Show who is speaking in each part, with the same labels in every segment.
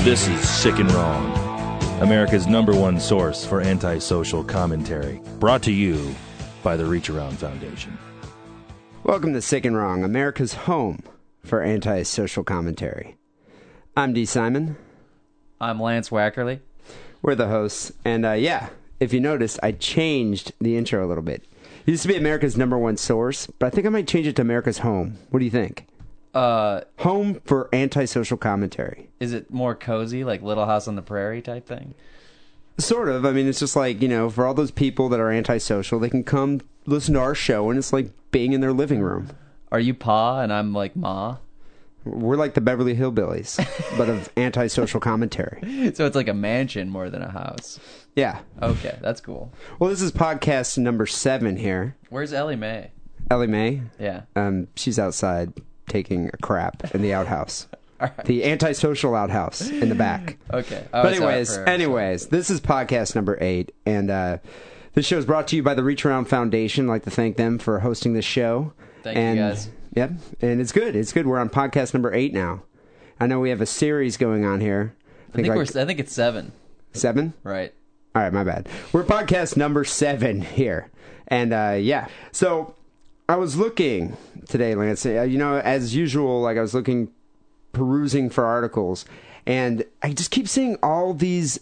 Speaker 1: This is Sick and Wrong, America's number one source for antisocial commentary, brought to you by the Reach Around Foundation.
Speaker 2: Welcome to Sick and Wrong, America's home for antisocial commentary. I'm D. Simon.
Speaker 3: I'm Lance Wackerly.
Speaker 2: We're the hosts. And uh, yeah, if you noticed, I changed the intro a little bit. It used to be America's number one source, but I think I might change it to America's home. What do you think?
Speaker 3: Uh,
Speaker 2: Home for antisocial commentary.
Speaker 3: is it more cozy, like Little House on the Prairie type thing?
Speaker 2: Sort of. I mean, it's just like, you know, for all those people that are antisocial, they can come listen to our show, and it's like being in their living room.
Speaker 3: Are you Pa and I'm like Ma?
Speaker 2: We're like the Beverly Hillbillies, but of antisocial commentary.
Speaker 3: So it's like a mansion more than a house.
Speaker 2: Yeah.
Speaker 3: Okay, that's cool.
Speaker 2: Well, this is podcast number seven here.
Speaker 3: Where's Ellie Mae?
Speaker 2: Ellie Mae,
Speaker 3: Yeah.
Speaker 2: um, she's outside taking a crap in the outhouse. The antisocial outhouse in the back.
Speaker 3: Okay. Oh,
Speaker 2: But anyways, anyways, this is podcast number eight, and uh, this show is brought to you by the Reach Around Foundation. I'd like to thank them for hosting this show.
Speaker 3: Thank you,
Speaker 2: and,
Speaker 3: guys.
Speaker 2: Yep, and it's good. It's good. We're on podcast number eight now. I know we have a series going on here. I
Speaker 3: I
Speaker 2: think,
Speaker 3: think
Speaker 2: like
Speaker 3: we're. I think it's seven.
Speaker 2: seven.
Speaker 3: Right.
Speaker 2: All right, my bad. We're podcast number seven here. And uh, yeah, so I was looking today, Lance. uh, You know, as usual, like I was looking, perusing for articles, and I just keep seeing all these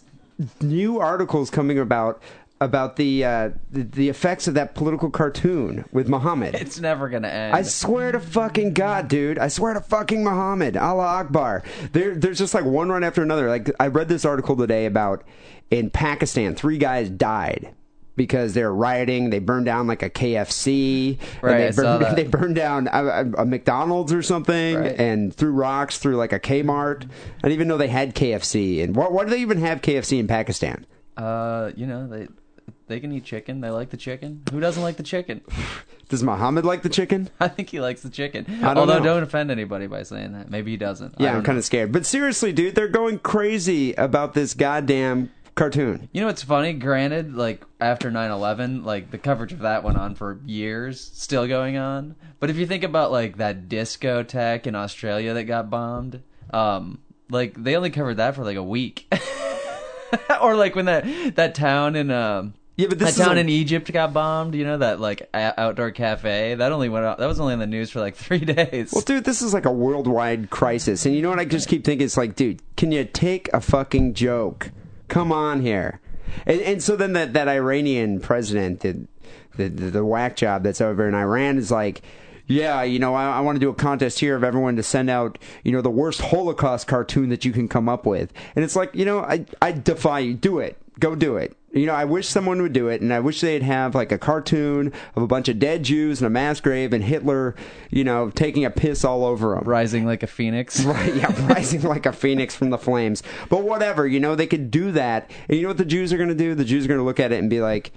Speaker 2: new articles coming about about the uh, the, the effects of that political cartoon with Muhammad.
Speaker 3: It's never gonna end.
Speaker 2: I swear to fucking God, dude. I swear to fucking Muhammad, Allah Akbar. There, there's just like one run after another. Like I read this article today about in Pakistan, three guys died because they're rioting. They burned down like a KFC.
Speaker 3: Right, I
Speaker 2: And they,
Speaker 3: saw
Speaker 2: burned,
Speaker 3: that.
Speaker 2: they burned down a, a- a McDonald's or something
Speaker 3: Right.
Speaker 2: and threw rocks through like a Kmart. I didn't even know they had KFC. And why, why do they even have KFC in Pakistan?
Speaker 3: uh, you know they they can eat chicken. They like the chicken. Who doesn't like the chicken?
Speaker 2: Does Muhammad like the chicken?
Speaker 3: I think he likes the chicken.
Speaker 2: don't
Speaker 3: Although
Speaker 2: know.
Speaker 3: don't offend anybody by saying that. Maybe he doesn't. I
Speaker 2: Yeah,
Speaker 3: don't
Speaker 2: I'm kind
Speaker 3: know.
Speaker 2: of scared. But seriously, dude, they're going crazy about this goddamn cartoon.
Speaker 3: You know what's funny? Granted, like after 9/11, like the coverage of that went on for years, still going on. But if you think about like that discotheque in Australia that got bombed, um, like they only covered that for like a week, or like when that that town in um.
Speaker 2: Yeah, but this
Speaker 3: that
Speaker 2: is
Speaker 3: town
Speaker 2: a-
Speaker 3: in Egypt got bombed. You know that like a- outdoor cafe that only went out, that was only in the news for like three days.
Speaker 2: Well, dude, this is like a worldwide crisis. And you know what? I just keep thinking it's like, dude, can you take a fucking joke? Come on here. And, and so then that, that Iranian president, the, the, the, the whack job that's over in Iran, is like, yeah, you know, I, I want to do a contest here of everyone to send out, you know, the worst Holocaust cartoon that you can come up with. And it's like, you know, I, I defy you. Do it. Go do it. You know, I wish someone would do it, and I wish they'd have like a cartoon of a bunch of dead Jews in a mass grave and Hitler, you know, taking a piss all over them.
Speaker 3: Rising like a phoenix.
Speaker 2: Right, yeah, rising like a phoenix from the flames. But whatever, you know, they could do that. And you know what the Jews are going to do? The Jews are going to look at it and be like,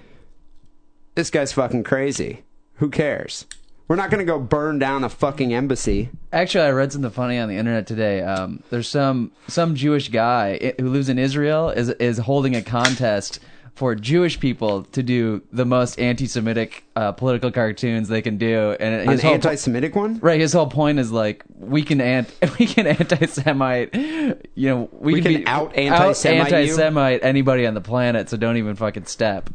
Speaker 2: this guy's fucking crazy. Who cares? We're not going to go burn down a fucking embassy.
Speaker 3: Actually, I read something funny on the internet today. Um, there's some some Jewish guy i- who lives in Israel is is holding a contest for Jewish people to do the most anti-Semitic uh, political cartoons they can do, and
Speaker 2: An
Speaker 3: his whole
Speaker 2: anti Semitic one?
Speaker 3: right his whole point is like we can ant we can anti-Semite, you know we,
Speaker 2: We can
Speaker 3: be-
Speaker 2: out anti-Semite you?
Speaker 3: out anti-Semite anybody on the planet, so don't even fucking step.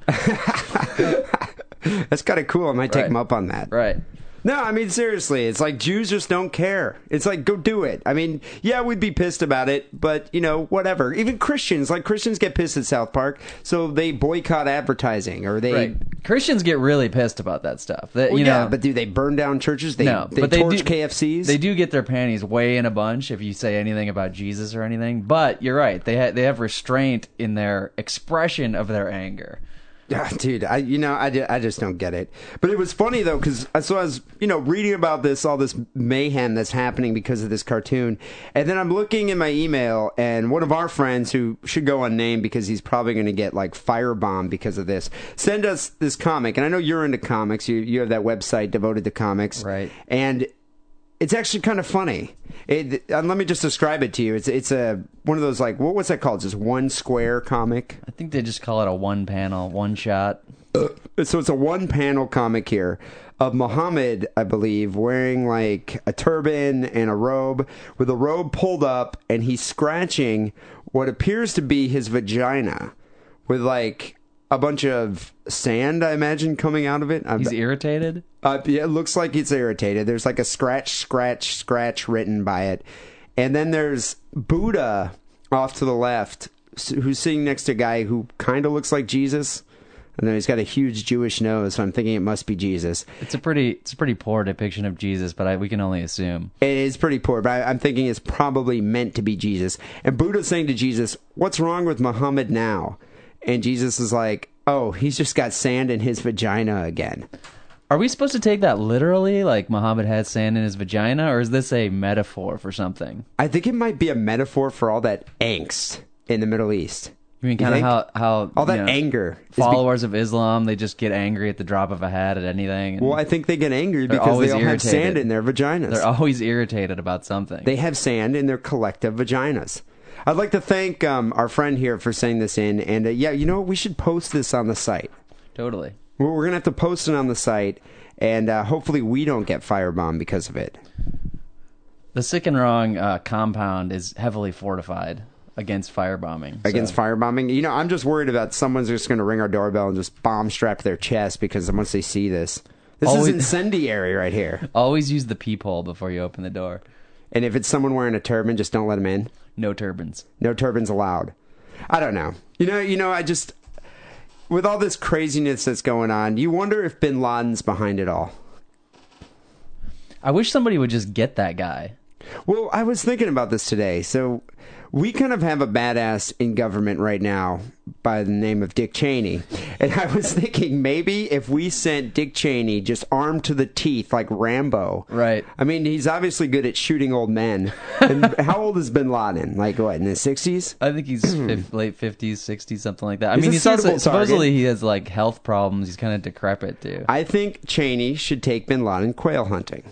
Speaker 2: That's kind of cool. I might take
Speaker 3: Right.
Speaker 2: him up on that.
Speaker 3: right.
Speaker 2: No, I mean seriously, it's like Jews just don't care. It's like go do it. I mean, yeah, we'd be pissed about it, but you know, whatever. Even Christians, like Christians get pissed at South Park, so they boycott advertising or they
Speaker 3: Right. Christians get really pissed about that stuff. That
Speaker 2: Well,
Speaker 3: you
Speaker 2: yeah,
Speaker 3: know,
Speaker 2: but do they burn down churches? They
Speaker 3: no,
Speaker 2: they
Speaker 3: but
Speaker 2: torch
Speaker 3: do,
Speaker 2: KFCs.
Speaker 3: They do get their panties way in a bunch if you say anything about Jesus or anything. But you're right; they ha- they have restraint in their expression of their anger.
Speaker 2: Ah, dude, I you know I, ju- I just don't get it. But it was funny though because so I was you know reading about this all this mayhem that's happening because of this cartoon, and then I'm looking in my email and one of our friends who should go unnamed because he's probably going to get like firebombed because of this. Send us this comic, and I know you're into comics. You you have that website devoted to comics,
Speaker 3: Right.
Speaker 2: And it's actually kind of funny. It, and let me just describe it to you. It's it's a one of those like what was that called? Just one square comic.
Speaker 3: I think they just call it a one panel, one shot.
Speaker 2: so it's a one panel comic here of Muhammad, I believe, wearing like a turban and a robe with a robe pulled up and he's scratching what appears to be his vagina with like a bunch of sand, I imagine, coming out of it. I'm-
Speaker 3: He's irritated.
Speaker 2: uh, yeah, it looks like it's irritated. There's like a scratch, scratch, scratch written by it. And then there's Buddha off to the left, s- who's sitting next to a guy who kind of looks like Jesus. And then he's got a huge Jewish nose, so I'm thinking it must be Jesus.
Speaker 3: It's a pretty it's a pretty poor depiction of Jesus, but I, we can only assume.
Speaker 2: It is pretty poor, but I, I'm thinking it's probably meant to be Jesus. And Buddha's saying to Jesus, What's wrong with Muhammad now? And Jesus is like, Oh, he's just got sand in his vagina again.
Speaker 3: Are we supposed to take that literally, like Muhammad had sand in his vagina, or is this a metaphor for something?
Speaker 2: I think it might be a metaphor for all that angst in the Middle East.
Speaker 3: You mean kind of
Speaker 2: think?
Speaker 3: how how
Speaker 2: All that
Speaker 3: you know,
Speaker 2: anger. is be-
Speaker 3: Followers of Islam, they just get angry at the drop of a hat at anything. And
Speaker 2: well, I think they get angry because they
Speaker 3: always
Speaker 2: all have
Speaker 3: irritated.
Speaker 2: sand in their vaginas.
Speaker 3: they're always irritated about something.
Speaker 2: they have sand in their collective vaginas. I'd like to thank um, our friend here for saying this in. And uh, yeah, you know, what? we should post this on the site.
Speaker 3: totally.
Speaker 2: We're, we're going to have to post it on the site. And uh, hopefully we don't get firebombed because of it.
Speaker 3: The sick and wrong uh, compound is heavily fortified against firebombing. so-
Speaker 2: Against firebombing, you know, I'm just worried about someone's just going to ring our doorbell and just bomb strap their chest because once they see this, this
Speaker 3: Always-
Speaker 2: is incendiary right here.
Speaker 3: always use the peephole before you open the door.
Speaker 2: And if it's someone wearing a turban, just don't let them in.
Speaker 3: No turbans.
Speaker 2: No turbans allowed. I don't know. You know, you know, I just with all this craziness that's going on, you wonder if bin Laden's behind it all.
Speaker 3: I wish somebody would just get that guy.
Speaker 2: Well, I was thinking about this today. So we kind of have a badass in government right now by the name of Dick Cheney. And I was thinking maybe if we sent Dick Cheney just armed to the teeth like Rambo.
Speaker 3: Right.
Speaker 2: I mean, he's obviously good at shooting old men. And how old is bin Laden? Like what, in his 60s?
Speaker 3: I think he's fif- late fifties, sixties, something like that. I
Speaker 2: He's
Speaker 3: mean,
Speaker 2: a
Speaker 3: he's also-
Speaker 2: suitable target.
Speaker 3: supposedly he has like health problems. He's kind of decrepit too.
Speaker 2: I think Cheney should take bin Laden quail hunting.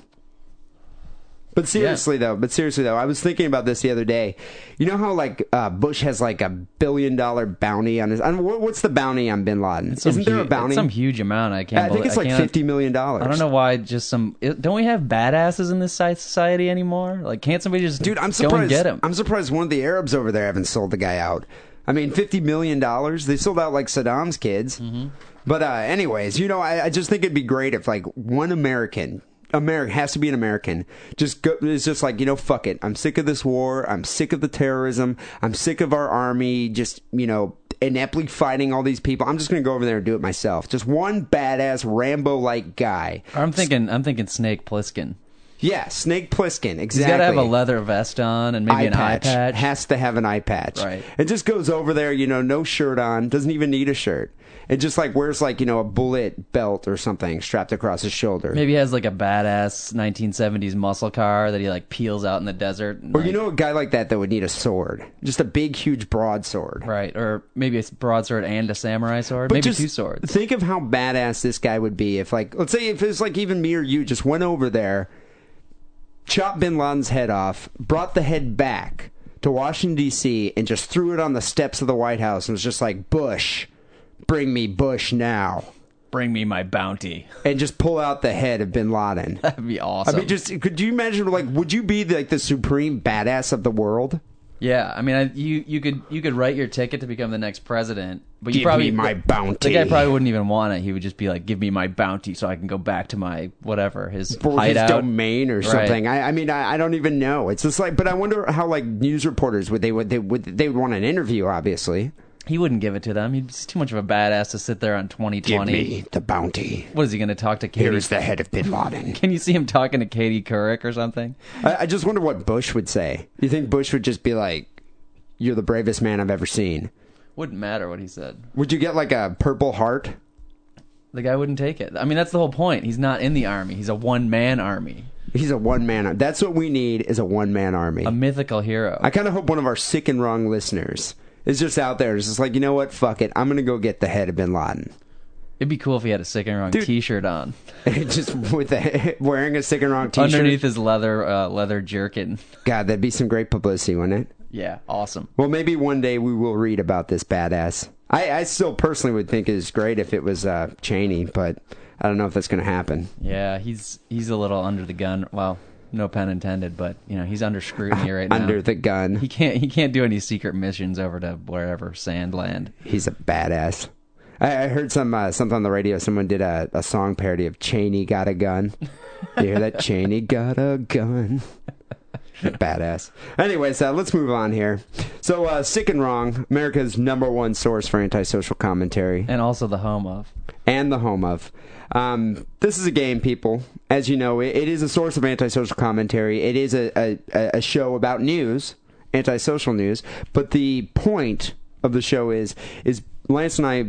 Speaker 2: But seriously though, but seriously though, I was thinking about this the other day. You know how like uh, Bush has like a billion dollar bounty on his. I don't, what- what's the bounty on bin Laden?
Speaker 3: Some
Speaker 2: Isn't there
Speaker 3: hu-
Speaker 2: a
Speaker 3: it's
Speaker 2: bounty?
Speaker 3: Some huge amount. I can't.
Speaker 2: I think
Speaker 3: believe-
Speaker 2: it's like
Speaker 3: can't-
Speaker 2: fifty million dollars.
Speaker 3: I don't know why. Just some. it- Don't we have badasses in this si- society anymore? Like, can't somebody just
Speaker 2: dude. I'm
Speaker 3: go and
Speaker 2: surprised.
Speaker 3: get him?
Speaker 2: I'm surprised one of the Arabs over there haven't sold the guy out. I mean, fifty million dollars. They sold out like Saddam's kids.
Speaker 3: Mm-hmm.
Speaker 2: But uh, anyways, you know, I, I just think it'd be great if like one American. America has to be an American. Just go, it's just like you know, fuck it. I'm sick of this war. I'm sick of the terrorism. I'm sick of our army. Just you know, ineptly fighting all these people. I'm just gonna go over there and do it myself. Just one badass Rambo-like guy.
Speaker 3: I'm thinking. I'm thinking Snake Plissken.
Speaker 2: Yeah, Snake Plissken. Exactly.
Speaker 3: He's got to have a leather vest on and maybe
Speaker 2: eye
Speaker 3: an
Speaker 2: patch,
Speaker 3: eye patch.
Speaker 2: has to have an eye patch.
Speaker 3: Right.
Speaker 2: It just goes over there, you know, no shirt on, doesn't even need a shirt. It just like wears like you know a bullet belt or something strapped across his shoulder.
Speaker 3: Maybe he has like a badass 1970s muscle car that he like peels out in the desert. and,
Speaker 2: Or you
Speaker 3: like-
Speaker 2: know a guy like that that would need a sword, just a big, huge broadsword.
Speaker 3: right? Or maybe a broadsword and a samurai sword.
Speaker 2: But
Speaker 3: maybe
Speaker 2: just
Speaker 3: two swords.
Speaker 2: Think of how badass this guy would be if, like, let's say if it was like even me or you just went over there, chopped Bin Laden's head off, brought the head back to Washington D.C. and just threw it on the steps of the White House and was just like, "Bush, bring me Bush now,"
Speaker 3: Bring me my bounty.
Speaker 2: and just pull out the head of Bin Laden.
Speaker 3: That'd be awesome.
Speaker 2: I mean, just could you imagine? Like, would you be like the supreme badass of the world?
Speaker 3: Yeah, I mean, I, you you could you could write your ticket to become the next president, but you
Speaker 2: Give me
Speaker 3: probably
Speaker 2: my
Speaker 3: the-
Speaker 2: bounty.
Speaker 3: The guy probably wouldn't even want it. He would just be like, "Give me my bounty, so I can go back to my whatever his
Speaker 2: or his
Speaker 3: hideout."
Speaker 2: domain or
Speaker 3: Right.
Speaker 2: something. I, I mean, I, I don't even know. It's just like, but I wonder how like news reporters would they would they would they would want an interview? Obviously,
Speaker 3: He wouldn't give it to them. He's too much of a badass to sit there on twenty
Speaker 2: give
Speaker 3: twenty.
Speaker 2: me the bounty.
Speaker 3: What is he going to talk to
Speaker 2: Here
Speaker 3: Katie?
Speaker 2: is the head of Bin Laden.
Speaker 3: Can you see him talking to Katie Couric or something?
Speaker 2: I, I just wonder what Bush would say. You think Bush would just be like, "You're the bravest man I've ever seen"?
Speaker 3: Wouldn't matter what he said.
Speaker 2: Would you get like a Purple Heart?
Speaker 3: The guy wouldn't take it. I mean, that's the whole point. He's not in the army. He's a one man army,
Speaker 2: He's a one man. That's what we need is a one man army.
Speaker 3: a mythical hero.
Speaker 2: I kind of hope one of our sick and wrong listeners is just out there. It's just like, you know what? Fuck it. I'm gonna go get the head of Bin Laden.
Speaker 3: It'd be cool if he had a sick and wrong T-shirt on
Speaker 2: just with a, wearing a sick and wrong T-shirt.
Speaker 3: underneath his leather uh, leather jerkin.
Speaker 2: God, that'd be some great publicity, wouldn't it?
Speaker 3: Yeah, awesome.
Speaker 2: Well, maybe one day we will read about this badass. I, I still personally would think it's great if it was uh, Cheney, but I don't know if that's going to happen.
Speaker 3: Yeah, he's he's a little under the gun. Well, no pun intended, but you know he's under scrutiny right now.
Speaker 2: under the gun.
Speaker 3: he can't he can't do any secret missions over to wherever Sandland.
Speaker 2: He's a badass. I, I heard some uh, something on the radio. Someone did a, a song parody of Cheney Got a Gun. you hear that? Cheney got a gun. Badass. Anyways, uh, let's move on here. So, uh, Sick and Wrong, America's number one source for antisocial commentary.
Speaker 3: and also the home of.
Speaker 2: and the home of. Um, this is a game, people. As you know, it, it is a source of antisocial commentary. It is a, a, a show about news, antisocial news. But the point of the show is is Lance and I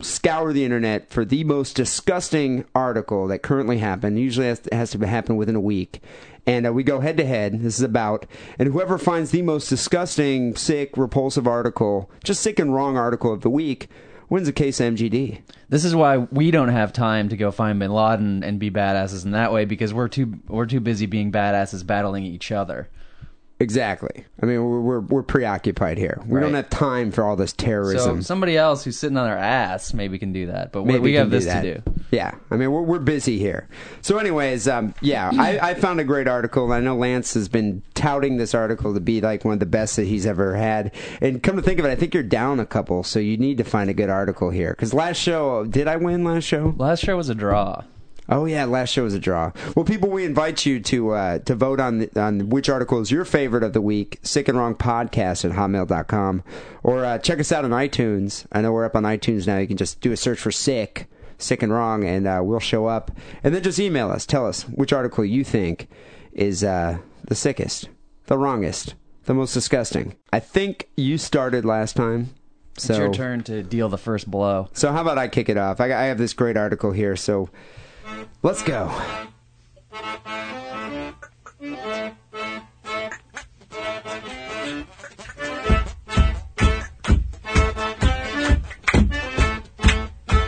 Speaker 2: scour the internet for the most disgusting article that currently happened. Usually has to, has to happen within a week. And uh, we go head to head. This is about, and whoever finds the most disgusting, sick, repulsive article, just sick and wrong article of the week, wins a case of MGD.
Speaker 3: This is why we don't have time to go find Bin Laden and be badasses in that way because we're too we're too busy being badasses battling each other.
Speaker 2: Exactly. I mean, we're we're, we're preoccupied here. We don't
Speaker 3: Right.
Speaker 2: have time for all this
Speaker 3: So
Speaker 2: terrorism.
Speaker 3: somebody else who's sitting on their ass maybe can do that, but we
Speaker 2: Maybe
Speaker 3: we
Speaker 2: can
Speaker 3: have this
Speaker 2: that.
Speaker 3: to do.
Speaker 2: Yeah, I mean, we're we're busy here. So, anyways, um, yeah, I, I found a great article, and I know Lance has been touting this article to be like one of the best that he's ever had. And come to think of it, I think you're down a couple, so you need to find a good article here. Because last show, did I win last show?
Speaker 3: Last show was a draw.
Speaker 2: Oh yeah, last show was a draw. Well, people, we invite you to uh, to vote on the, on which article is your favorite of the week. Sick and Wrong Podcast at hotmail.com. or uh, check us out on iTunes. I know we're up on iTunes now. You can just do a search for Sick, Sick and Wrong, and uh, we'll show up. And then just email us. Tell us which article you think is uh, the sickest, the wrongest, the most disgusting. I think you started last time. So
Speaker 3: It's your turn to deal the first blow.
Speaker 2: so how about I kick it off? I, I have this great article here, so let's go.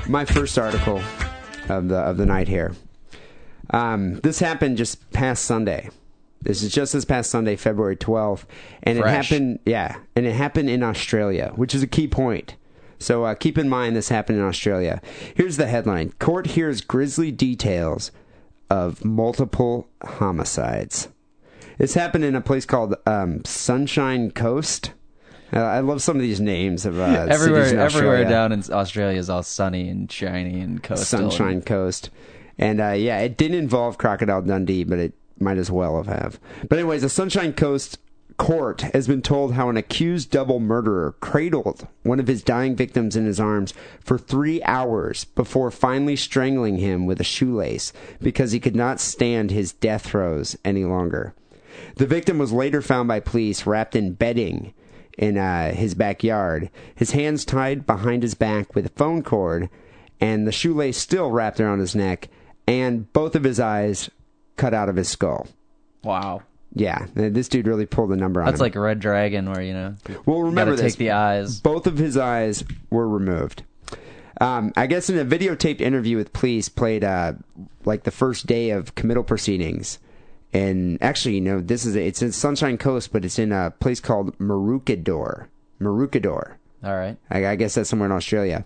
Speaker 2: My first article of the of the night here. Um, this happened just past Sunday. This is just this past Sunday, February twelfth, and it
Speaker 3: Fresh.
Speaker 2: happened. Yeah, and it happened in Australia, which is a key point. So uh, keep in mind this happened in Australia. Here's the headline: Court hears grisly details of multiple homicides. This happened in a place called um, Sunshine Coast. Uh, I love some of these names of uh,
Speaker 3: Everywhere
Speaker 2: cities in
Speaker 3: everywhere
Speaker 2: Australia.
Speaker 3: down in Australia is all sunny and shiny and coastal. and-
Speaker 2: Sunshine Coast. And uh, yeah, it didn't involve Crocodile Dundee, but it might as well have. have. But anyways, the Sunshine Coast court has been told how an accused double murderer cradled one of his dying victims in his arms for three hours before finally strangling him with a shoelace because he could not stand his death throes any longer. The victim was later found by police wrapped in bedding in uh, his backyard, his hands tied behind his back with a phone cord, and the shoelace still wrapped around his neck, and both of his eyes cut out of his skull.
Speaker 3: Wow.
Speaker 2: Yeah, th- this dude really pulled the number on
Speaker 3: That's
Speaker 2: him.
Speaker 3: like a red dragon where you know
Speaker 2: well, remember
Speaker 3: gotta
Speaker 2: this.
Speaker 3: take the eyes.
Speaker 2: Both of his eyes were removed. Um, I guess in a videotaped interview with police, played uh, like the first day of committal proceedings. And actually, you know, this is it's in Sunshine Coast, but it's in a place called Maroochydore. Maroochydore.
Speaker 3: All right.
Speaker 2: I, I guess that's somewhere in Australia.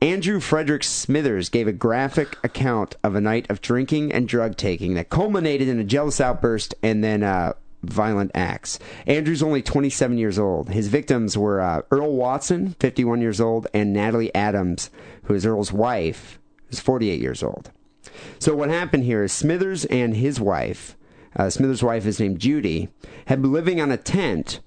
Speaker 2: Andrew Frederick Smithers gave a graphic account of a night of drinking and drug taking that culminated in a jealous outburst and then uh, violent acts. Andrew's only 27 years old. His victims were uh, Earl Watson, 51 years old, and Natalie Adams, who is Earl's wife, who's 48 years old. So what happened here is Smithers and his wife, uh, Smithers' wife is named Judy, had been living on a tent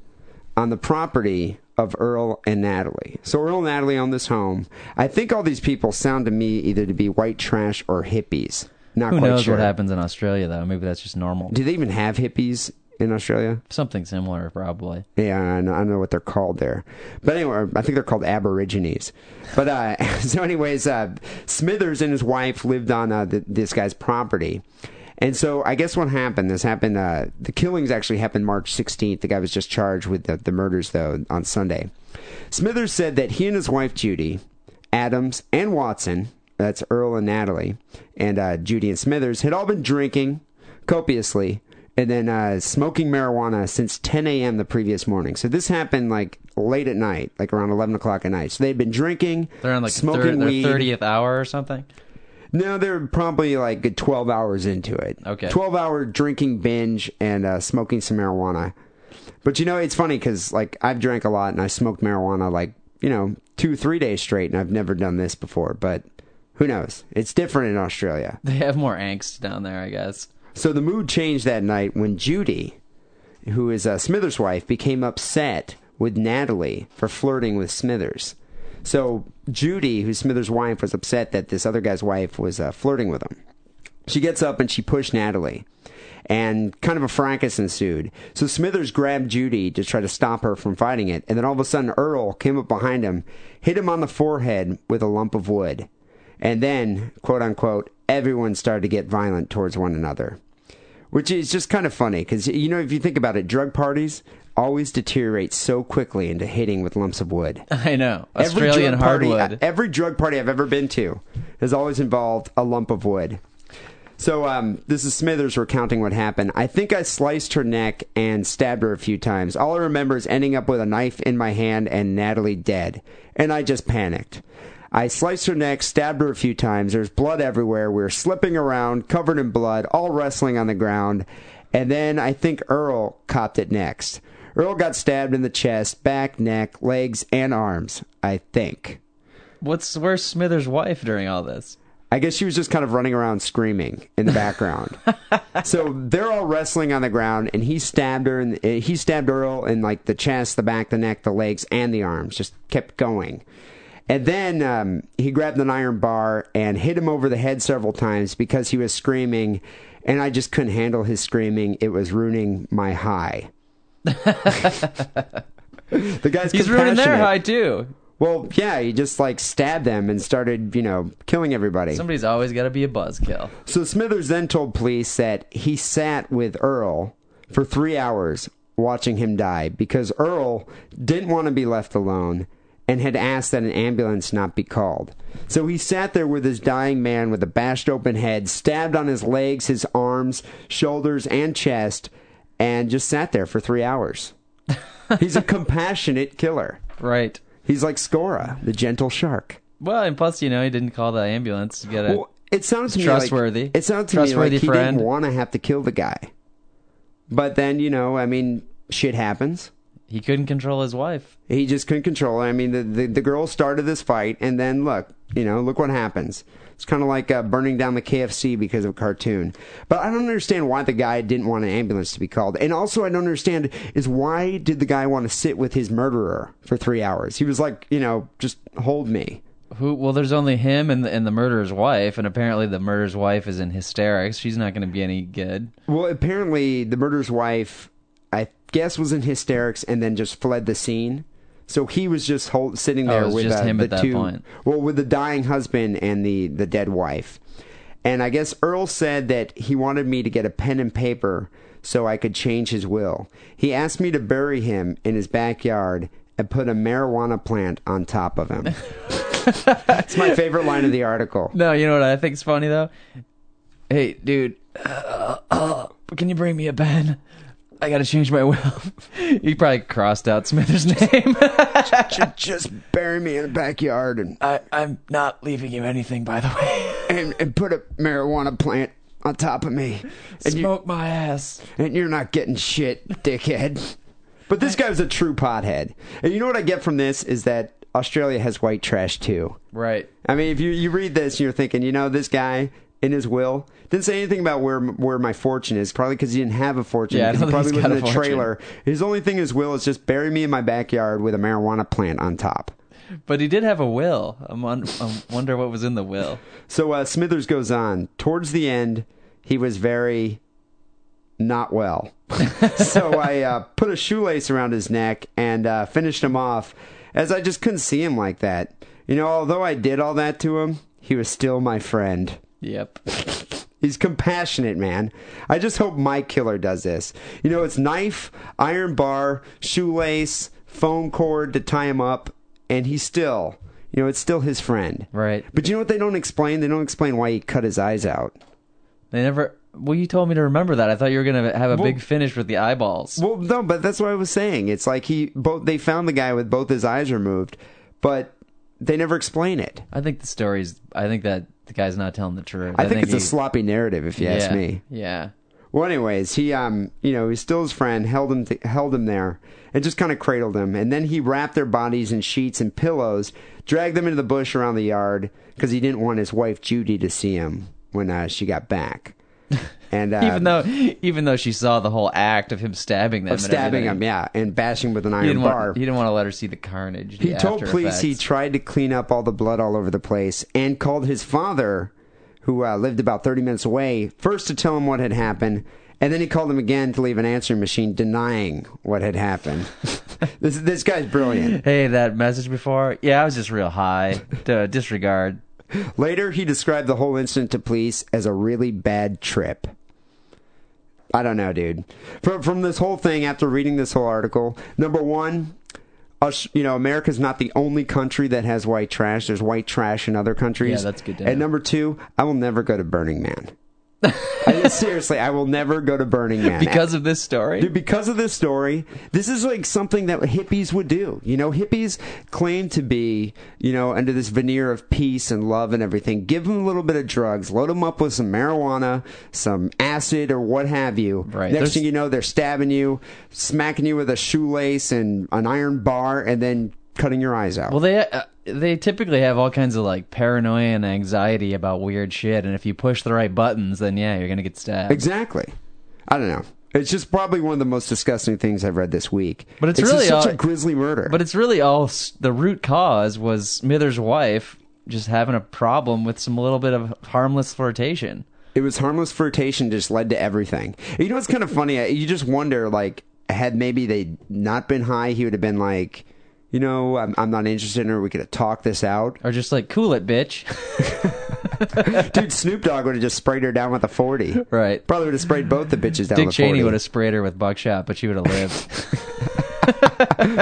Speaker 2: on the property of Earl and Natalie. So Earl and Natalie own this home. I think all these people sound to me either to be white trash or hippies. Not
Speaker 3: Who
Speaker 2: quite
Speaker 3: knows
Speaker 2: sure.
Speaker 3: what happens in Australia though? Maybe that's just normal.
Speaker 2: Do they even have hippies in Australia?
Speaker 3: Something similar probably.
Speaker 2: Yeah, I know, I know what they're called there. But anyway, I think they're called Aborigines. But uh, so, anyways, uh, Smithers and his wife lived on uh, th this guy's property. And so I guess what happened, this happened, uh, the killings actually happened March 16th. The guy was just charged with the, the murders, though, on Sunday. Smithers said that he and his wife, Judy, Adams, and Watson, that's Earl and Natalie, and uh, Judy and Smithers, had all been drinking copiously and then uh, smoking marijuana since 10 a.m. the previous morning. So this happened like late at night, like around 11 o'clock at night. So they'd been drinking,
Speaker 3: They're on like
Speaker 2: smoking
Speaker 3: third, their
Speaker 2: weed.
Speaker 3: thirtieth hour or something.
Speaker 2: No, they're probably like 12 hours into it.
Speaker 3: Okay.
Speaker 2: 12 hour drinking binge and uh, smoking some marijuana. But you know, it's funny because like I've drank a lot and I smoked marijuana like, you know, two, three days straight and I've never done this before. But who knows? It's different in Australia.
Speaker 3: They have more angst down there, I guess.
Speaker 2: So the mood changed that night when Judy, who is uh, Smithers' wife, became upset with Natalie for flirting with Smithers. So Judy, who's Smithers' wife, was upset that this other guy's wife was uh, flirting with him. She gets up and she pushed Natalie, and kind of a fracas ensued. So Smithers grabbed Judy to try to stop her from fighting it, and then all of a sudden Earl came up behind him, hit him on the forehead with a lump of wood. And then, quote unquote, everyone started to get violent towards one another. Which is just kind of funny because, you know, if you think about it, drug parties always deteriorate so quickly into hitting with lumps of wood.
Speaker 3: I know.
Speaker 2: Every
Speaker 3: Australian
Speaker 2: drug party-
Speaker 3: hardwood.
Speaker 2: every drug party I've ever been to has always involved a lump of wood. So um, this is Smithers recounting what happened. I think I sliced her neck and stabbed her a few times. All I remember is ending up with a knife in my hand and Natalie dead, and I just panicked. I sliced her neck, stabbed her a few times. There's blood everywhere. We were slipping around, covered in blood, all wrestling on the ground. And then I think Earl copped it next. Earl got stabbed in the chest, back, neck, legs, and arms, I think.
Speaker 3: What's where's Smithers' wife during all this?
Speaker 2: I guess she was just kind of running around screaming in the background. so they're all wrestling on the ground, and he stabbed her, and he stabbed Earl in like the chest, the back, the neck, the legs, and the arms. Just kept going, and then um, he grabbed an iron bar and hit him over the head several times because he was screaming, and I just couldn't handle his screaming. It was ruining my high. the guy's
Speaker 3: He's ruining their
Speaker 2: compassionate.
Speaker 3: high too.
Speaker 2: Well, yeah, he just like stabbed them and started, you know, killing everybody.
Speaker 3: Somebody's always got to be a buzzkill.
Speaker 2: So Smithers then told police that he sat with Earl for three hours watching him die because Earl didn't want to be left alone and had asked that an ambulance not be called. So he sat there with his dying man with a bashed open head, stabbed on his legs, his arms, shoulders, and chest, and just sat there for three hours. He's a compassionate killer.
Speaker 3: Right.
Speaker 2: He's like Scora, the gentle shark.
Speaker 3: Well, and plus, you know, he didn't call the ambulance to get a.
Speaker 2: Well, it sounds to me
Speaker 3: Trustworthy.
Speaker 2: Like, it sounds to
Speaker 3: Trustworthy
Speaker 2: me like he
Speaker 3: friend.
Speaker 2: didn't want to have to kill the guy, but then you know, I mean, shit happens.
Speaker 3: he couldn't control his wife.
Speaker 2: He just couldn't control it. I mean, the the, the girl started this fight, and then look, you know, look what happens. It's kind of like uh, burning down the KFC because of a cartoon. But I don't understand why the guy didn't want an ambulance to be called, and also I don't understand is why did the guy want to sit with his murderer for three hours? He was like, you know, just hold me.
Speaker 3: Who? Well, there's only him and the, and the murderer's wife, and apparently the murderer's wife is in hysterics. She's not going to be any good.
Speaker 2: Well, apparently the murderer's wife, I guess, was in hysterics and then just fled the scene. So he was just hold, sitting there
Speaker 3: Oh, it was
Speaker 2: with
Speaker 3: just
Speaker 2: uh,
Speaker 3: him
Speaker 2: the
Speaker 3: at that
Speaker 2: two,
Speaker 3: point.
Speaker 2: well, with the dying husband and the the dead wife. And I guess Earl said that he wanted me to get a pen and paper so I could change his will. He asked me to bury him in his backyard and put a marijuana plant on top of him. it's my favorite line of the article.
Speaker 3: No, you know what I think's funny though. Hey, dude, uh, uh, can you bring me a pen? I got to change my will. he probably crossed out Smithers' name.
Speaker 2: Ju- Just bury me in the backyard and
Speaker 3: I, I'm not leaving you anything, by the way.
Speaker 2: and, and put a marijuana plant on top of me. And, you,
Speaker 3: Smoke my ass.
Speaker 2: and you're not getting shit, dickhead. But this guy was a true pothead. And you know what I get from this is that Australia has white trash too.
Speaker 3: Right.
Speaker 2: I mean, if you, you read this and you're thinking, you know, this guy in his will didn't say anything about where where my fortune is, probably because he didn't have a fortune.
Speaker 3: Yeah, I
Speaker 2: because he
Speaker 3: don't think
Speaker 2: probably
Speaker 3: he's
Speaker 2: lived in
Speaker 3: got a fortune.
Speaker 2: trailer. His only thing in his will is just bury me in my backyard with a marijuana plant on top.
Speaker 3: But he did have a will. I'm on, I wonder what was in the will.
Speaker 2: So uh, Smithers goes on. Towards the end, he was very not well. so I uh, put a shoelace around his neck and uh, finished him off, as I just couldn't see him like that. You know, although I did all that to him, he was still my friend.
Speaker 3: Yep.
Speaker 2: He's compassionate, man. I just hope my killer does this. You know, it's knife, iron bar, shoelace, phone cord to tie him up, and he's still, you know, it's still his friend.
Speaker 3: Right.
Speaker 2: But you know what they don't explain? They don't explain why he cut his eyes out.
Speaker 3: They never. Well, you told me to remember that. I thought you were gonna have a
Speaker 2: Well-
Speaker 3: big finish with the eyeballs.
Speaker 2: Well, no, but that's what I was saying. It's like he both they found the guy with both his eyes removed, but they never explain it.
Speaker 3: I think the story's. I think that the guy's not telling the truth.
Speaker 2: I, think, it's
Speaker 3: he-
Speaker 2: a sloppy narrative, if you
Speaker 3: yeah,
Speaker 2: ask me.
Speaker 3: Yeah.
Speaker 2: Well, anyways, he um, you know, he still his friend, held him, th- held him there, and just kind of cradled him, and then he wrapped their bodies in sheets and pillows, dragged them into the bush around the yard because he didn't want his wife Judy to see him when uh, she got back, and uh,
Speaker 3: even though, even though she saw the whole act of him stabbing them,
Speaker 2: of um, stabbing him, yeah, and bashing with an
Speaker 3: He
Speaker 2: iron
Speaker 3: didn't,
Speaker 2: bar.
Speaker 3: want, he didn't want to let her see the carnage.
Speaker 2: He told police he tried to clean up all the blood all over the place and called his father, who uh, lived about 30 minutes away, first to tell him what had happened. And then he called him again to leave an answering machine denying what had happened. this, this guy's brilliant.
Speaker 3: Hey, that message before? Yeah, I was just real high. to disregard.
Speaker 2: Later, he described the whole incident to police as a really bad trip. I don't know, dude. From, from this whole thing, after reading this whole article, number one, us, you know, America's not the only country that has white trash. There's white trash in other countries.
Speaker 3: Yeah, that's good to
Speaker 2: And
Speaker 3: know.
Speaker 2: number two, I will never go to Burning Man. I- seriously, I will never go to Burning Man
Speaker 3: Because of this story?
Speaker 2: Dude, because of this story, this is like something that hippies would do. You know, hippies claim to be, you know, under this veneer of peace and love and everything. Give them a little bit of drugs, load them up with some marijuana, some acid, or what have you.
Speaker 3: Right.
Speaker 2: Next
Speaker 3: There's-
Speaker 2: thing you know, they're stabbing you, smacking you with a shoelace and an iron bar, and then cutting your eyes out.
Speaker 3: Well, they uh, they typically have all kinds of like paranoia and anxiety about weird shit, and if you push the right buttons, then yeah, you're gonna get stabbed.
Speaker 2: exactly. I don't know. It's just probably one of the most disgusting things I've read this week.
Speaker 3: But it's
Speaker 2: just
Speaker 3: really,
Speaker 2: such
Speaker 3: uh,
Speaker 2: a grisly murder.
Speaker 3: But it's really all s- the root cause was Smithers' wife just having a problem with some little bit of harmless flirtation.
Speaker 2: It was harmless flirtation just led to everything. You know what's kind of funny? You just wonder, like, had maybe they not been high, he would have been like, you know, I'm, I'm not interested in her. We could have talked this out.
Speaker 3: Or just like, cool it, bitch.
Speaker 2: Dude, Snoop Dogg would have just sprayed her down with a 40.
Speaker 3: Right.
Speaker 2: Probably would have sprayed both the bitches down
Speaker 3: Dick
Speaker 2: with a
Speaker 3: Cheney
Speaker 2: 40.
Speaker 3: would have sprayed her with buckshot, but she would have lived.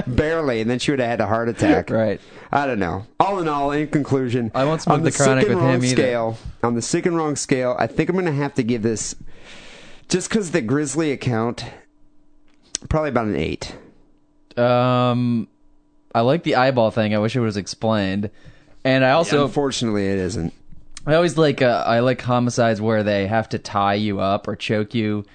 Speaker 2: Barely, and then she would have had a heart attack.
Speaker 3: right.
Speaker 2: I don't know. All in all, in conclusion,
Speaker 3: I won't smoke
Speaker 2: on
Speaker 3: the chronic
Speaker 2: sick and
Speaker 3: with him
Speaker 2: wrong
Speaker 3: either.
Speaker 2: Scale, on the sick and wrong scale, I think I'm going to have to give this, just because the Grizzly account, probably about an 8.
Speaker 3: Um, I like the eyeball thing. I wish it was explained. And I also
Speaker 2: Unfortunately, it isn't.
Speaker 3: I always like uh, I like homicides where they have to tie you up or choke you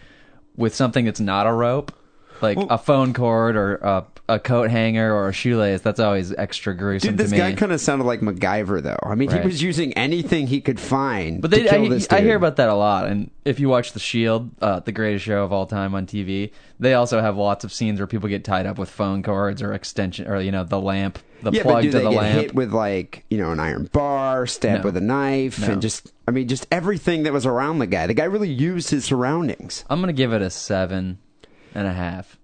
Speaker 3: with something that's not a rope, like a phone cord or a, a coat hanger or a shoelace. That's always extra gruesome
Speaker 2: Dude, this
Speaker 3: to me.
Speaker 2: guy kind of sounded like MacGyver, though. I mean,
Speaker 3: Right.
Speaker 2: he was using anything he could find
Speaker 3: but they,
Speaker 2: to kill
Speaker 3: I,
Speaker 2: this dude.
Speaker 3: I hear about that a lot. And if you watch The Shield, uh, the greatest show of all time on TV, they also have lots of scenes where people get tied up with phone cords or extension or you know the lamp, the
Speaker 2: yeah, but
Speaker 3: plug
Speaker 2: do
Speaker 3: to
Speaker 2: they
Speaker 3: the
Speaker 2: get
Speaker 3: lamp.
Speaker 2: hit with like you know an iron bar, stabbed
Speaker 3: No.
Speaker 2: with a knife,
Speaker 3: No.
Speaker 2: and just I mean, just everything that was around the guy. The guy really used his surroundings.
Speaker 3: I'm gonna give it a seven and a half.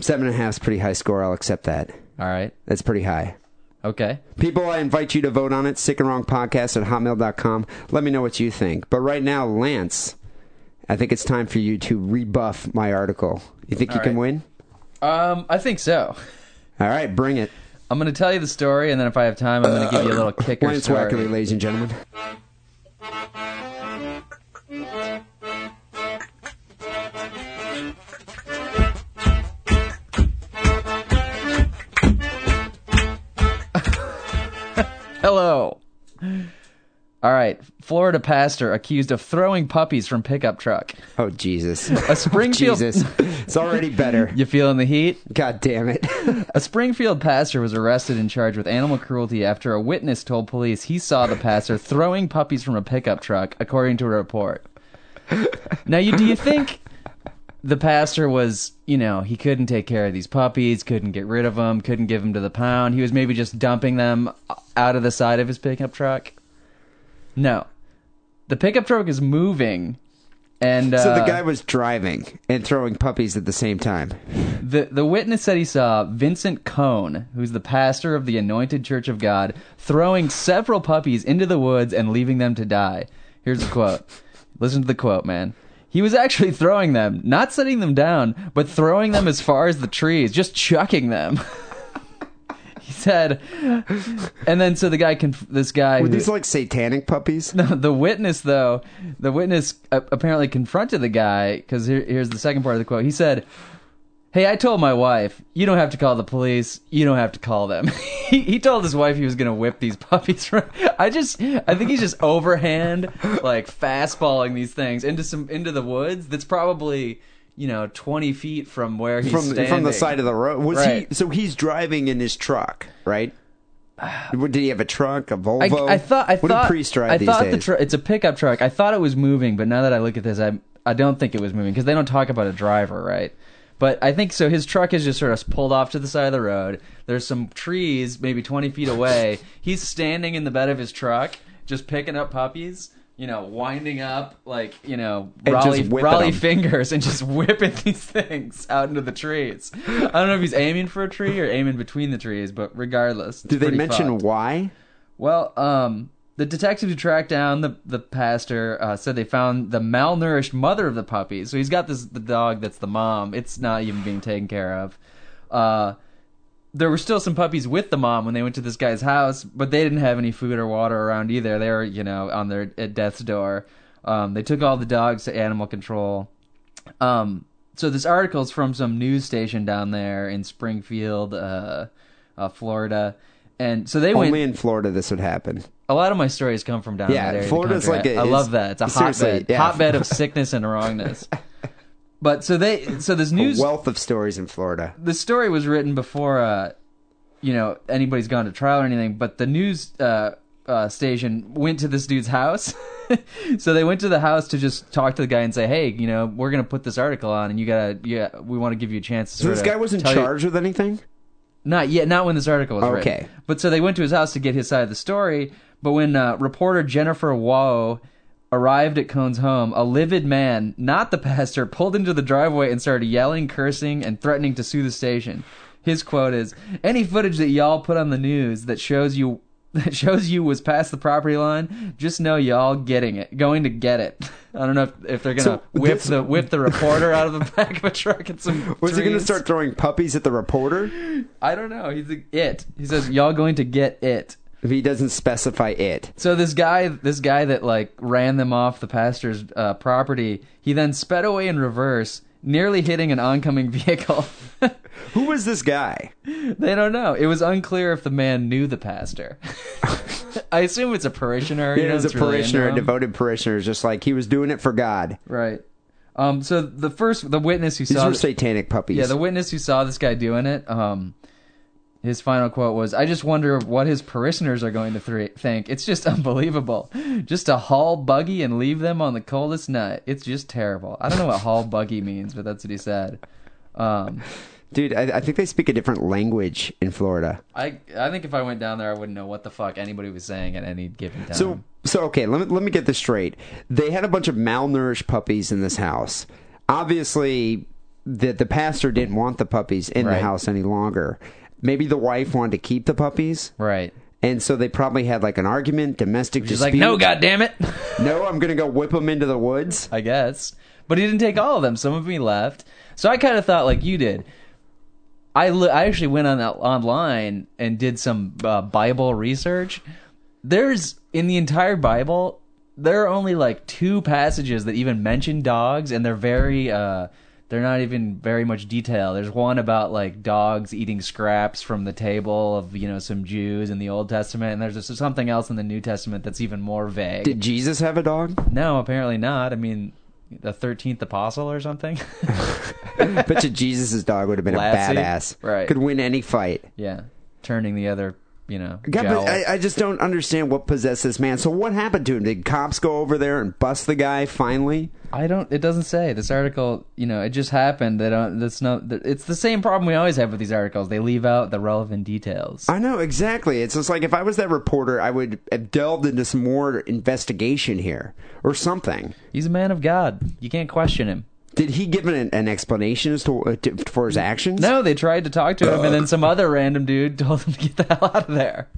Speaker 2: Seven and a half is pretty high score. I'll accept that.
Speaker 3: All right.
Speaker 2: That's pretty high.
Speaker 3: Okay.
Speaker 2: People, I invite you to vote on it. Sick and wrong podcast at hotmail.com. Let me know what you think. But right now, Lance, I think it's time for you to rebuff my article. You think you can
Speaker 3: right.
Speaker 2: win?
Speaker 3: Um, I think so.
Speaker 2: All right, bring it.
Speaker 3: I'm gonna tell you the story, and then if I have time, I'm gonna give you a little kicker
Speaker 2: Uh, Lance
Speaker 3: story.
Speaker 2: Wackerly, ladies and gentlemen.
Speaker 3: Hello. All right, Florida pastor accused of throwing puppies from pickup truck.
Speaker 2: Oh Jesus!
Speaker 3: A Springfield.
Speaker 2: Jesus, it's already better.
Speaker 3: You feeling the heat?
Speaker 2: God damn it!
Speaker 3: A Springfield pastor was arrested and charged with animal cruelty after a witness told police he saw the pastor throwing puppies from a pickup truck, according to a report. Now, you, do you think the pastor was, you know, he couldn't take care of these puppies, couldn't get rid of them, couldn't give them to the pound? He was maybe just dumping them out of the side of his pickup truck? No. The pickup truck is moving. And uh,
Speaker 2: So the guy was driving and throwing puppies at the same time.
Speaker 3: The, the witness said he saw Vincent Cohn, who's the pastor of the Anointed Church of God, throwing several puppies into the woods and leaving them to die. Here's the quote. Listen to the quote, man. He was actually throwing them, not setting them down, but throwing them as far as the trees, just chucking them. he said, and then so the guy, conf- this guy,
Speaker 2: Were
Speaker 3: who-
Speaker 2: these like satanic puppies?
Speaker 3: the witness though the witness uh, apparently confronted the guy because here, here's the second part of the quote he said Hey, I told my wife, you don't have to call the police. You don't have to call them. he, he told his wife he was going to whip these puppies. Right? I just, I think he's just overhand, like fastballing these things into some, into the woods. That's probably, you know, 20 feet from where he's
Speaker 2: from
Speaker 3: standing.
Speaker 2: from the side of the road. Was he?
Speaker 3: Right.
Speaker 2: So he's driving in his truck, right? What, Did he have a truck, a
Speaker 3: I,
Speaker 2: Volvo?
Speaker 3: I thought I
Speaker 2: what
Speaker 3: thought
Speaker 2: do priests drive
Speaker 3: I
Speaker 2: these
Speaker 3: thought
Speaker 2: days?
Speaker 3: the tr- it's a pickup truck. I thought it was moving, but now that I look at this, I I don't think it was moving because they don't talk about a driver, right? But I think so. His truck is just sort of pulled off to the side of the road. There's some trees, maybe 20 feet away. He's standing in the bed of his truck, just picking up puppies. You know, winding up like you know
Speaker 2: And just
Speaker 3: Raleigh,
Speaker 2: whipping
Speaker 3: Raleigh
Speaker 2: them.
Speaker 3: fingers and just whipping these things out into the trees. I don't know if he's aiming for a tree or aiming between the trees, but regardless,
Speaker 2: Did they mention why?
Speaker 3: well, um, the detectives who tracked down the the pastor uh, said they found the malnourished mother of the puppy. So he's got this the dog that's the mom. It's not even being taken care of. Uh, there were still some puppies with the mom when they went to this guy's house, but they didn't have any food or water around either. They were, you know, on their at death's door. Um, they took all the dogs to animal control. Um, so this article's from some news station down there in Springfield, uh, uh, Florida, and so they went
Speaker 2: Only in Florida this would happen.
Speaker 3: a lot of my stories come from down
Speaker 2: Yeah,
Speaker 3: that area.
Speaker 2: Florida's
Speaker 3: Florida's
Speaker 2: like a-
Speaker 3: I
Speaker 2: is-
Speaker 3: love that. It's a
Speaker 2: seriously,
Speaker 3: hotbed,
Speaker 2: yeah.
Speaker 3: hotbed of sickness and wrongness. but so they, so this news,
Speaker 2: Wealth of stories in Florida.
Speaker 3: the story was written before, uh, you know, anybody's gone to trial or anything. But the news uh, uh, station went to this dude's house, so they went to the house to just talk to the guy and say, "Hey, you know, we're gonna put this article on, and you gotta, yeah, we want to give you a chance." To
Speaker 2: So this
Speaker 3: sorta
Speaker 2: guy wasn't
Speaker 3: tell you-
Speaker 2: charged with anything.
Speaker 3: not yet. Not when this article was written.
Speaker 2: Okay.
Speaker 3: But so they went to his house to get his side of the story. But when uh, reporter Jennifer Wao arrived at Cohn's home, a livid man, not the pastor, pulled into the driveway and started yelling, cursing, and threatening to sue the station. His quote is: "Any footage that y'all put on the news that shows you." That shows you was past the property line. Just know y'all getting it, going to get it. I don't know if, if they're gonna
Speaker 2: So
Speaker 3: whip
Speaker 2: this-
Speaker 3: the whip the reporter out of the back of a truck and some.
Speaker 2: Was he going to
Speaker 3: trees.
Speaker 2: start throwing puppies at the reporter?
Speaker 3: I don't know. He's a, it. He says y'all going to get it.
Speaker 2: If he doesn't specify it,
Speaker 3: So this guy, this guy that like ran them off the pastor's uh, property, he then sped away in reverse, nearly hitting an oncoming vehicle.
Speaker 2: who was this guy?
Speaker 3: they don't know. It was unclear if the man knew the pastor. I assume it's a parishioner. you
Speaker 2: It
Speaker 3: know,
Speaker 2: was a
Speaker 3: that's really
Speaker 2: parishioner,
Speaker 3: into
Speaker 2: a
Speaker 3: him.
Speaker 2: devoted parishioner, just like he was doing it for God.
Speaker 3: Right. Um. So the first, the witness who
Speaker 2: These
Speaker 3: saw
Speaker 2: were
Speaker 3: the-
Speaker 2: satanic puppies.
Speaker 3: Yeah, the witness who saw this guy doing it, um, his final quote was, "I just wonder what his parishioners are going to thre- think. It's just unbelievable. Just to haul buggy and leave them on the coldest night. It's just terrible. I don't know what haul buggy means, but that's what he said. Um,
Speaker 2: Dude, I, I think they speak a different language in Florida.
Speaker 3: I I think if I went down there, I wouldn't know what the fuck anybody was saying at any given time.
Speaker 2: So, so okay, let me let me get this straight. They had a bunch of malnourished puppies in this house. Obviously, the the pastor didn't want the puppies in the
Speaker 3: Right.
Speaker 2: house any longer. Maybe the wife wanted to keep the puppies,
Speaker 3: right,
Speaker 2: and so they probably had like an argument, domestic
Speaker 3: she's
Speaker 2: dispute.
Speaker 3: like, "No, goddamn it."
Speaker 2: no, I'm gonna go whip them into the woods.
Speaker 3: I guess. But he didn't take all of them. Some of me left. So I kind of thought like you did. I li- I actually went on that online and did some uh, Bible research. There's in the entire Bible, there are only like two passages that even mention dogs, and they're very uh, they're not even very much detail. There's one about like dogs eating scraps from the table of you know some Jews in the Old Testament, and there's just something else in the New Testament that's even more vague.
Speaker 2: Did Jesus have a dog?
Speaker 3: No, apparently not. I mean, the thirteenth apostle or something.
Speaker 2: Bet you Jesus' dog would have been
Speaker 3: Lassie?
Speaker 2: a badass.
Speaker 3: Right.
Speaker 2: Could win any fight.
Speaker 3: yeah, turning the other, you know,
Speaker 2: God,
Speaker 3: jowl.
Speaker 2: but I, I just don't understand what possessed this man. So what happened to him? Did cops go over there and bust the guy finally?
Speaker 3: I don't. It doesn't say this article. You know, it just happened. They don't. That's not. It's the same problem we always have with these articles. They leave out the relevant details.
Speaker 2: I know exactly. It's just like if I was that reporter, I would have delved into some more investigation here or something.
Speaker 3: He's a man of God. You can't question him.
Speaker 2: Did he give an, an explanation as to, uh, to for his actions?
Speaker 3: No, they tried to talk to him, and then some other random dude told him to get the hell out of there.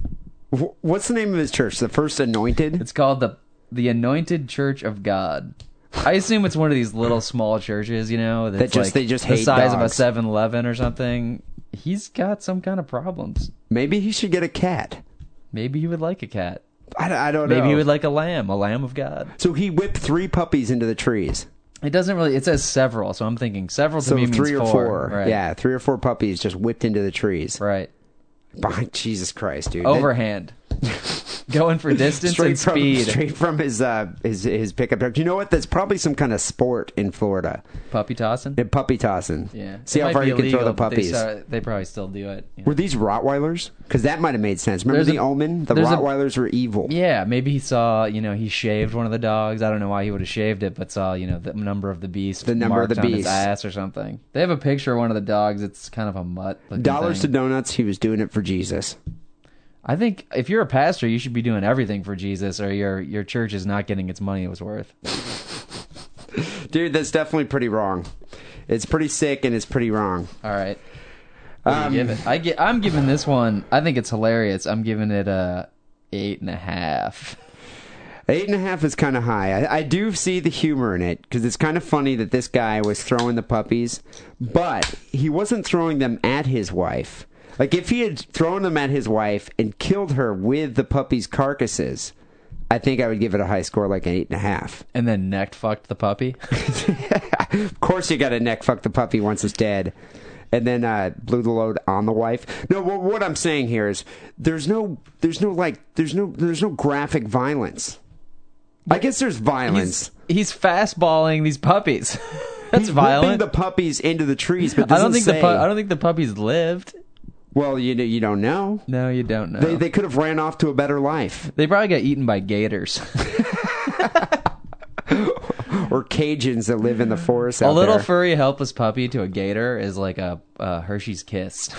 Speaker 2: Wh- What's the name of his church? The First Anointed.
Speaker 3: It's called the the Anointed Church of God. I assume it's one of these little small churches, you know, that's
Speaker 2: That just-
Speaker 3: like
Speaker 2: they just
Speaker 3: the
Speaker 2: hate
Speaker 3: size of a
Speaker 2: dogs.
Speaker 3: 7-Eleven or something. He's got some kind of problems.
Speaker 2: Maybe he should get a cat.
Speaker 3: Maybe he would like a cat.
Speaker 2: I, I don't know.
Speaker 3: Maybe he would like a lamb, a lamb of God.
Speaker 2: So he whipped three puppies into the trees.
Speaker 3: It doesn't really. It says several, so I'm thinking several to
Speaker 2: So
Speaker 3: me means
Speaker 2: three or
Speaker 3: four.
Speaker 2: four,
Speaker 3: Right.
Speaker 2: yeah, three or four puppies just whipped into the trees.
Speaker 3: Right.
Speaker 2: By Jesus Christ, dude! That-
Speaker 3: Overhand. Going for distance
Speaker 2: straight
Speaker 3: and
Speaker 2: from
Speaker 3: speed.
Speaker 2: straight from his uh his his pickup truck. You know what? That's probably some kind of sport in Florida.
Speaker 3: Puppy tossing.
Speaker 2: They're puppy tossing.
Speaker 3: Yeah.
Speaker 2: See
Speaker 3: It
Speaker 2: how
Speaker 3: might
Speaker 2: far
Speaker 3: be
Speaker 2: you can throw the
Speaker 3: illegal, but
Speaker 2: puppies.
Speaker 3: They, saw- they probably still do it. you know.
Speaker 2: Were these Rottweilers? Because that might have made sense. Remember
Speaker 3: There's
Speaker 2: the
Speaker 3: a-
Speaker 2: Omen? The
Speaker 3: there's a-
Speaker 2: Rottweilers were evil.
Speaker 3: Yeah, maybe he saw, you know, he shaved one of the dogs. I don't know why he would have shaved it, but saw, you know, the number of the beast,
Speaker 2: The number of
Speaker 3: marked
Speaker 2: the
Speaker 3: on his
Speaker 2: beast.
Speaker 3: ass or something. They have a picture of one of the dogs. It's kind of a mutt. looking
Speaker 2: Dollars
Speaker 3: thing.
Speaker 2: to donuts. He was doing it for Jesus.
Speaker 3: I think if you're a pastor, you should be doing everything for Jesus, or your your church is not getting its money it was worth.
Speaker 2: Dude, that's definitely pretty wrong. It's pretty sick and it's pretty wrong.
Speaker 3: All right. What
Speaker 2: Um,
Speaker 3: do you give it? I get. I'm giving this one. I think it's hilarious. I'm giving it a eight and a half.
Speaker 2: Eight and a half is kind of high. I, I do see the humor in it because it's kind of funny that this guy was throwing the puppies, but he wasn't throwing them at his wife. Like if he had thrown them at his wife and killed her with the puppies' carcasses, I think I would give it a high score, like an eight and a half.
Speaker 3: And then necked fucked the puppy.
Speaker 2: Of course, you got to neck fuck the puppy once it's dead, and then uh, blew the load on the wife. No, wh- what I'm saying here is there's no, there's no like, there's no, there's no graphic violence. I guess there's violence.
Speaker 3: He's, he's fastballing these puppies. That's
Speaker 2: He's whipping
Speaker 3: violent.
Speaker 2: the puppies into the trees, but
Speaker 3: I
Speaker 2: doesn't
Speaker 3: don't think
Speaker 2: say.
Speaker 3: the pu- I don't think the puppies lived.
Speaker 2: well, you know, you don't know.
Speaker 3: No, you don't know.
Speaker 2: They, they could have ran off to a better life
Speaker 3: They probably got eaten by gators.
Speaker 2: or Cajuns that live in the forest.
Speaker 3: a
Speaker 2: out
Speaker 3: little
Speaker 2: there.
Speaker 3: furry, helpless puppy to a gator is like a, a Hershey's kiss.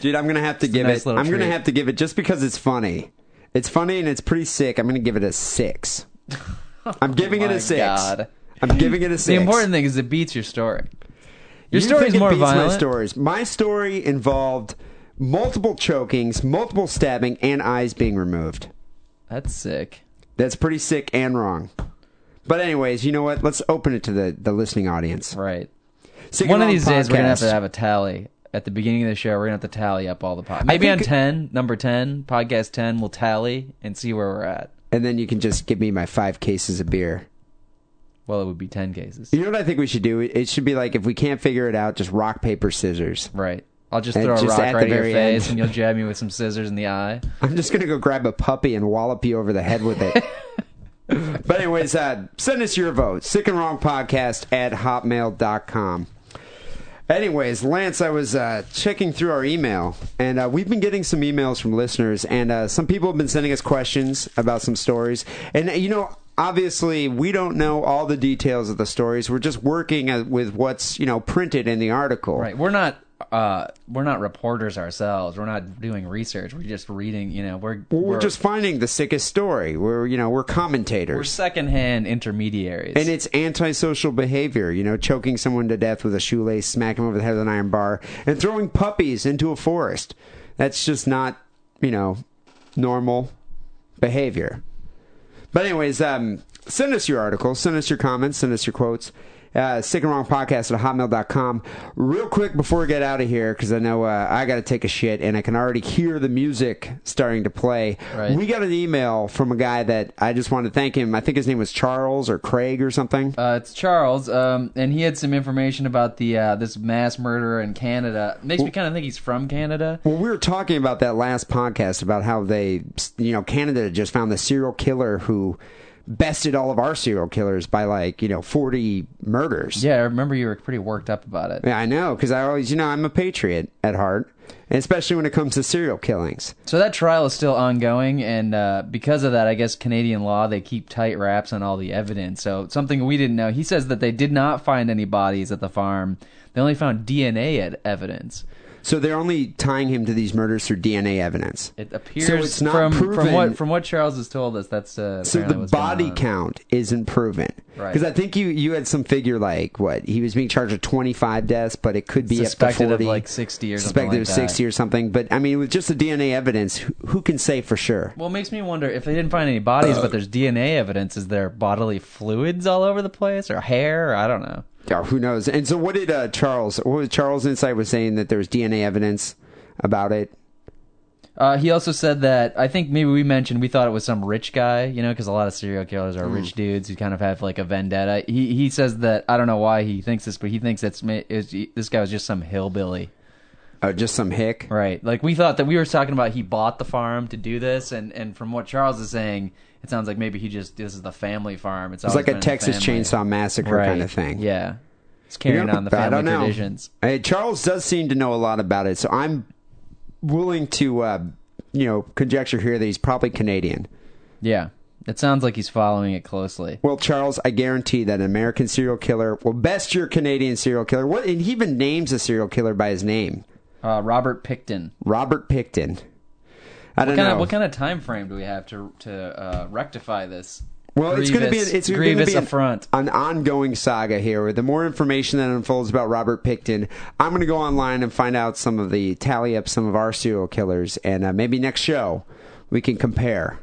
Speaker 2: dude. I'm gonna have to give
Speaker 3: nice
Speaker 2: it.
Speaker 3: little
Speaker 2: I'm gonna
Speaker 3: treat.
Speaker 2: have to give it just because it's funny. It's funny and it's pretty sick. I'm gonna give it a six. I'm giving it
Speaker 3: my
Speaker 2: a six.
Speaker 3: God.
Speaker 2: I'm giving it a six.
Speaker 3: the important thing is it beats your story. Your
Speaker 2: You
Speaker 3: story's
Speaker 2: think it
Speaker 3: more
Speaker 2: beats
Speaker 3: violent.
Speaker 2: My stories. My story involved multiple chokings, multiple stabbing, and eyes being removed.
Speaker 3: That's sick.
Speaker 2: That's pretty sick and wrong. But anyways, you know what? Let's open it to the, the listening audience.
Speaker 3: Right.
Speaker 2: Sing
Speaker 3: One of
Speaker 2: Along
Speaker 3: these days, we're gonna have to
Speaker 2: Podcast.
Speaker 3: have a tally at the beginning of the show. We're gonna have to tally up all the podcasts. Maybe on
Speaker 2: think-
Speaker 3: ten, number ten, podcast ten, we'll tally and see where we're at.
Speaker 2: and then you can just give me my five cases of beer.
Speaker 3: Well, it would be ten cases,
Speaker 2: You know what I think we should do? It- It should be like if we can't figure it out, just rock paper scissors.
Speaker 3: right? I'll just
Speaker 2: And
Speaker 3: throw a
Speaker 2: just
Speaker 3: rock
Speaker 2: at the
Speaker 3: right in your
Speaker 2: very
Speaker 3: face,
Speaker 2: end.
Speaker 3: and you'll jab me with some scissors in the eye.
Speaker 2: I'm just gonna go grab a puppy and wallop you over the head with it. but anyways, uh, send us your vote. Sick and wrong podcast at hotmail.com. Anyways, Lance, I was uh, checking through our email, and uh, we've been getting some emails from listeners, and uh, some people have been sending us questions about some stories. And, uh, you know, obviously, we don't know all the details of the stories. We're just working uh, with what's, you know, printed in the article.
Speaker 3: Right. We're not uh we're not reporters ourselves. We're not doing research. We're just reading, you know, we're
Speaker 2: We're,
Speaker 3: we're,
Speaker 2: just finding the sickest story. We're, you know, we're commentators.
Speaker 3: we're secondhand intermediaries.
Speaker 2: And it's antisocial behavior, you know, choking someone to death with a shoelace, smacking them over the head with an iron bar, and throwing puppies into a forest. That's just not, you know, normal behavior. But anyways, um, send us your articles, send us your comments, send us your quotes. Uh, sick and wrong podcast at hotmail.com. Real quick before we get out of here, because I know uh, I got to take a shit and I can already hear the music starting to play.
Speaker 3: Right.
Speaker 2: We got an email from a guy that I just want to thank him. I think his name was Charles or Craig or something.
Speaker 3: uh, it's Charles, um, and he had some information about the uh, this mass murderer in Canada. Makes me kind of think he's from Canada.
Speaker 2: Well, we were talking about that last podcast about how they, you know, Canada just found the serial killer who bested all of our serial killers by like, you know, 40 murders.
Speaker 3: Yeah, I remember you were pretty worked up about it.
Speaker 2: Yeah, I know, because I always, you know, I'm a patriot at heart, and especially when it comes to serial killings.
Speaker 3: So that trial is still ongoing, and uh, because of that, I guess Canadian law they keep tight wraps on all the evidence. So something we didn't know. He says that they did not find any bodies at the farm. They only found DNA ed- e-, evidence.
Speaker 2: So they're only tying him to these murders through DNA evidence.
Speaker 3: It appears
Speaker 2: So it's not
Speaker 3: from
Speaker 2: proven-
Speaker 3: from what from what Charles has told us. That's uh,
Speaker 2: So
Speaker 3: apparently
Speaker 2: the
Speaker 3: what's going
Speaker 2: body
Speaker 3: on.
Speaker 2: count isn't proven.
Speaker 3: Right.
Speaker 2: Because I think you, you had some figure like, what, he was being charged with 25 deaths, but it could be
Speaker 3: Suspected
Speaker 2: up
Speaker 3: of,
Speaker 2: to 40.
Speaker 3: like, 60 or something
Speaker 2: Suspected
Speaker 3: like
Speaker 2: of
Speaker 3: that.
Speaker 2: 60 or something. But, I mean, with just the DNA evidence, who, who can say for sure?
Speaker 3: Well, it makes me wonder if they didn't find any bodies,
Speaker 2: Uh,
Speaker 3: but there's DNA evidence. Is there bodily fluids all over the place, or hair? Or I don't know.
Speaker 2: Yeah, who knows? And so what did uh, Charles, what was Charles' insight was saying that there was DNA evidence about it?
Speaker 3: Uh, he also said that I think maybe we mentioned we thought it was some rich guy, you know, because a lot of serial killers
Speaker 2: Mm.
Speaker 3: are rich dudes who kind of have like a vendetta. He he says that I don't know why he thinks this, but he thinks that's ma- is, this guy was just some hillbilly,
Speaker 2: Oh, just some hick.
Speaker 3: right? Like we thought that we were talking about he bought the farm to do this, and and from what Charles is saying, it sounds like maybe he just this is the family farm. It's,
Speaker 2: It's
Speaker 3: always
Speaker 2: like
Speaker 3: been
Speaker 2: a
Speaker 3: in the
Speaker 2: Texas
Speaker 3: family.
Speaker 2: Chainsaw Massacre
Speaker 3: right.
Speaker 2: kind of thing.
Speaker 3: Yeah, it's
Speaker 2: You know,
Speaker 3: carrying on the
Speaker 2: I
Speaker 3: family
Speaker 2: don't know.
Speaker 3: traditions.
Speaker 2: Hey, Charles does seem to know a lot about it, so I'm willing to, uh, you know, conjecture here that he's probably Canadian.
Speaker 3: Yeah, it sounds like he's following it closely.
Speaker 2: Well, Charles, I guarantee that an American serial killer will best your Canadian serial killer. What? And he even names a serial killer by his name,
Speaker 3: Uh, Robert Picton.
Speaker 2: Robert Picton. I don't
Speaker 3: What kind,
Speaker 2: know.
Speaker 3: of, what kind of time frame do we have to to uh, rectify this?
Speaker 2: Well, it's going to be an, it's going to
Speaker 3: grievous
Speaker 2: be an,
Speaker 3: affront.
Speaker 2: an ongoing saga here. With the more information that unfolds about Robert Picton, I'm going to go online and find out some of the tally up some of our serial killers, and uh, maybe next show we can compare,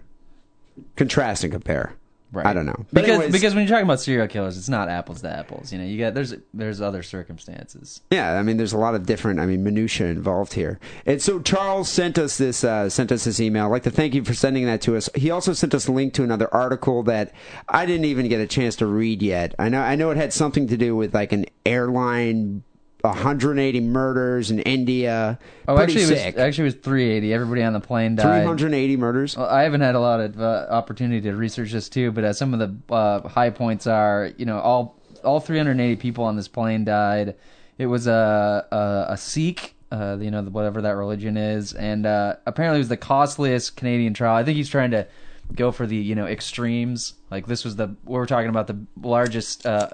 Speaker 2: contrast, and compare. I don't know But
Speaker 3: because
Speaker 2: anyways,
Speaker 3: because when you're talking about serial killers, it's not apples to apples. You know, you got there's there's other circumstances.
Speaker 2: yeah, I mean, there's a lot of different, I mean, minutia involved here. And so Charles sent us this uh, sent us this email. I'd like to thank you for sending that to us. He also sent us a link to another article that I didn't even get a chance to read yet. I know I know it had something to do with like an airline. 180 murders in India.
Speaker 3: Oh,
Speaker 2: Pretty
Speaker 3: actually, it was,
Speaker 2: sick.
Speaker 3: actually, it was 380. Everybody on the plane died.
Speaker 2: 380 murders.
Speaker 3: Well, I haven't had a lot of uh, opportunity to research this too, but uh, some of the uh, high points are, you know, all all 380 people on this plane died. It was a a, a Sikh, uh, you know, whatever that religion is, and uh, apparently it was the costliest Canadian trial. I think he's trying to go for the you know extremes. Like this was the we we're talking about the largest, uh,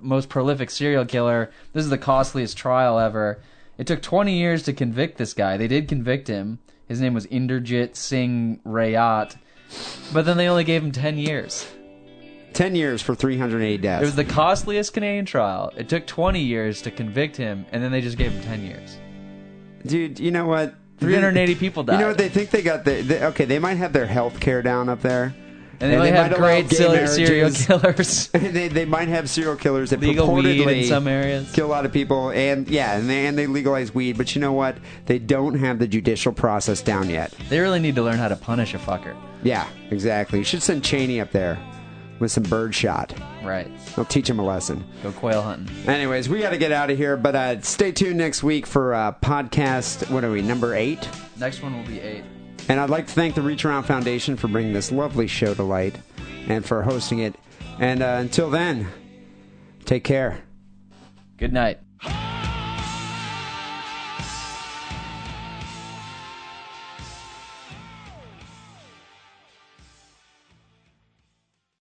Speaker 3: most prolific serial killer. This is the costliest trial ever. It took 20 years to convict this guy. They did convict him. His name was Inderjit Singh Rayat. But then they only gave him 10 years.
Speaker 2: 10 years for 380 deaths.
Speaker 3: It was the costliest Canadian trial. It took 20 years to convict him, and then they just gave him 10 years.
Speaker 2: Dude, you know what?
Speaker 3: 380 people
Speaker 2: You
Speaker 3: died.
Speaker 2: know what? They think they got the. They, okay, they might have their health care down up there.
Speaker 3: And they only have
Speaker 2: allow
Speaker 3: great
Speaker 2: gay
Speaker 3: serial, serial
Speaker 2: marriages.
Speaker 3: killers,
Speaker 2: they, they might have serial killers that
Speaker 3: legal weed
Speaker 2: purportedly
Speaker 3: in some areas.
Speaker 2: kill a lot of people, and yeah, and they, and they legalize weed. But you know what? They don't have the judicial process down yet.
Speaker 3: They really need to learn how to punish a fucker.
Speaker 2: Yeah, exactly. You should send Cheney up there with some birdshot.
Speaker 3: Right.
Speaker 2: I'll teach him a lesson.
Speaker 3: Go quail hunting.
Speaker 2: Anyways, we got to get out of here, but uh, stay tuned next week for uh, podcast. What are we? Number eight.
Speaker 3: Next one will be 8.
Speaker 2: And I'd like to thank the Reach Around Foundation for bringing this lovely show to light and for hosting it. And uh, until then, take care.
Speaker 3: Good night.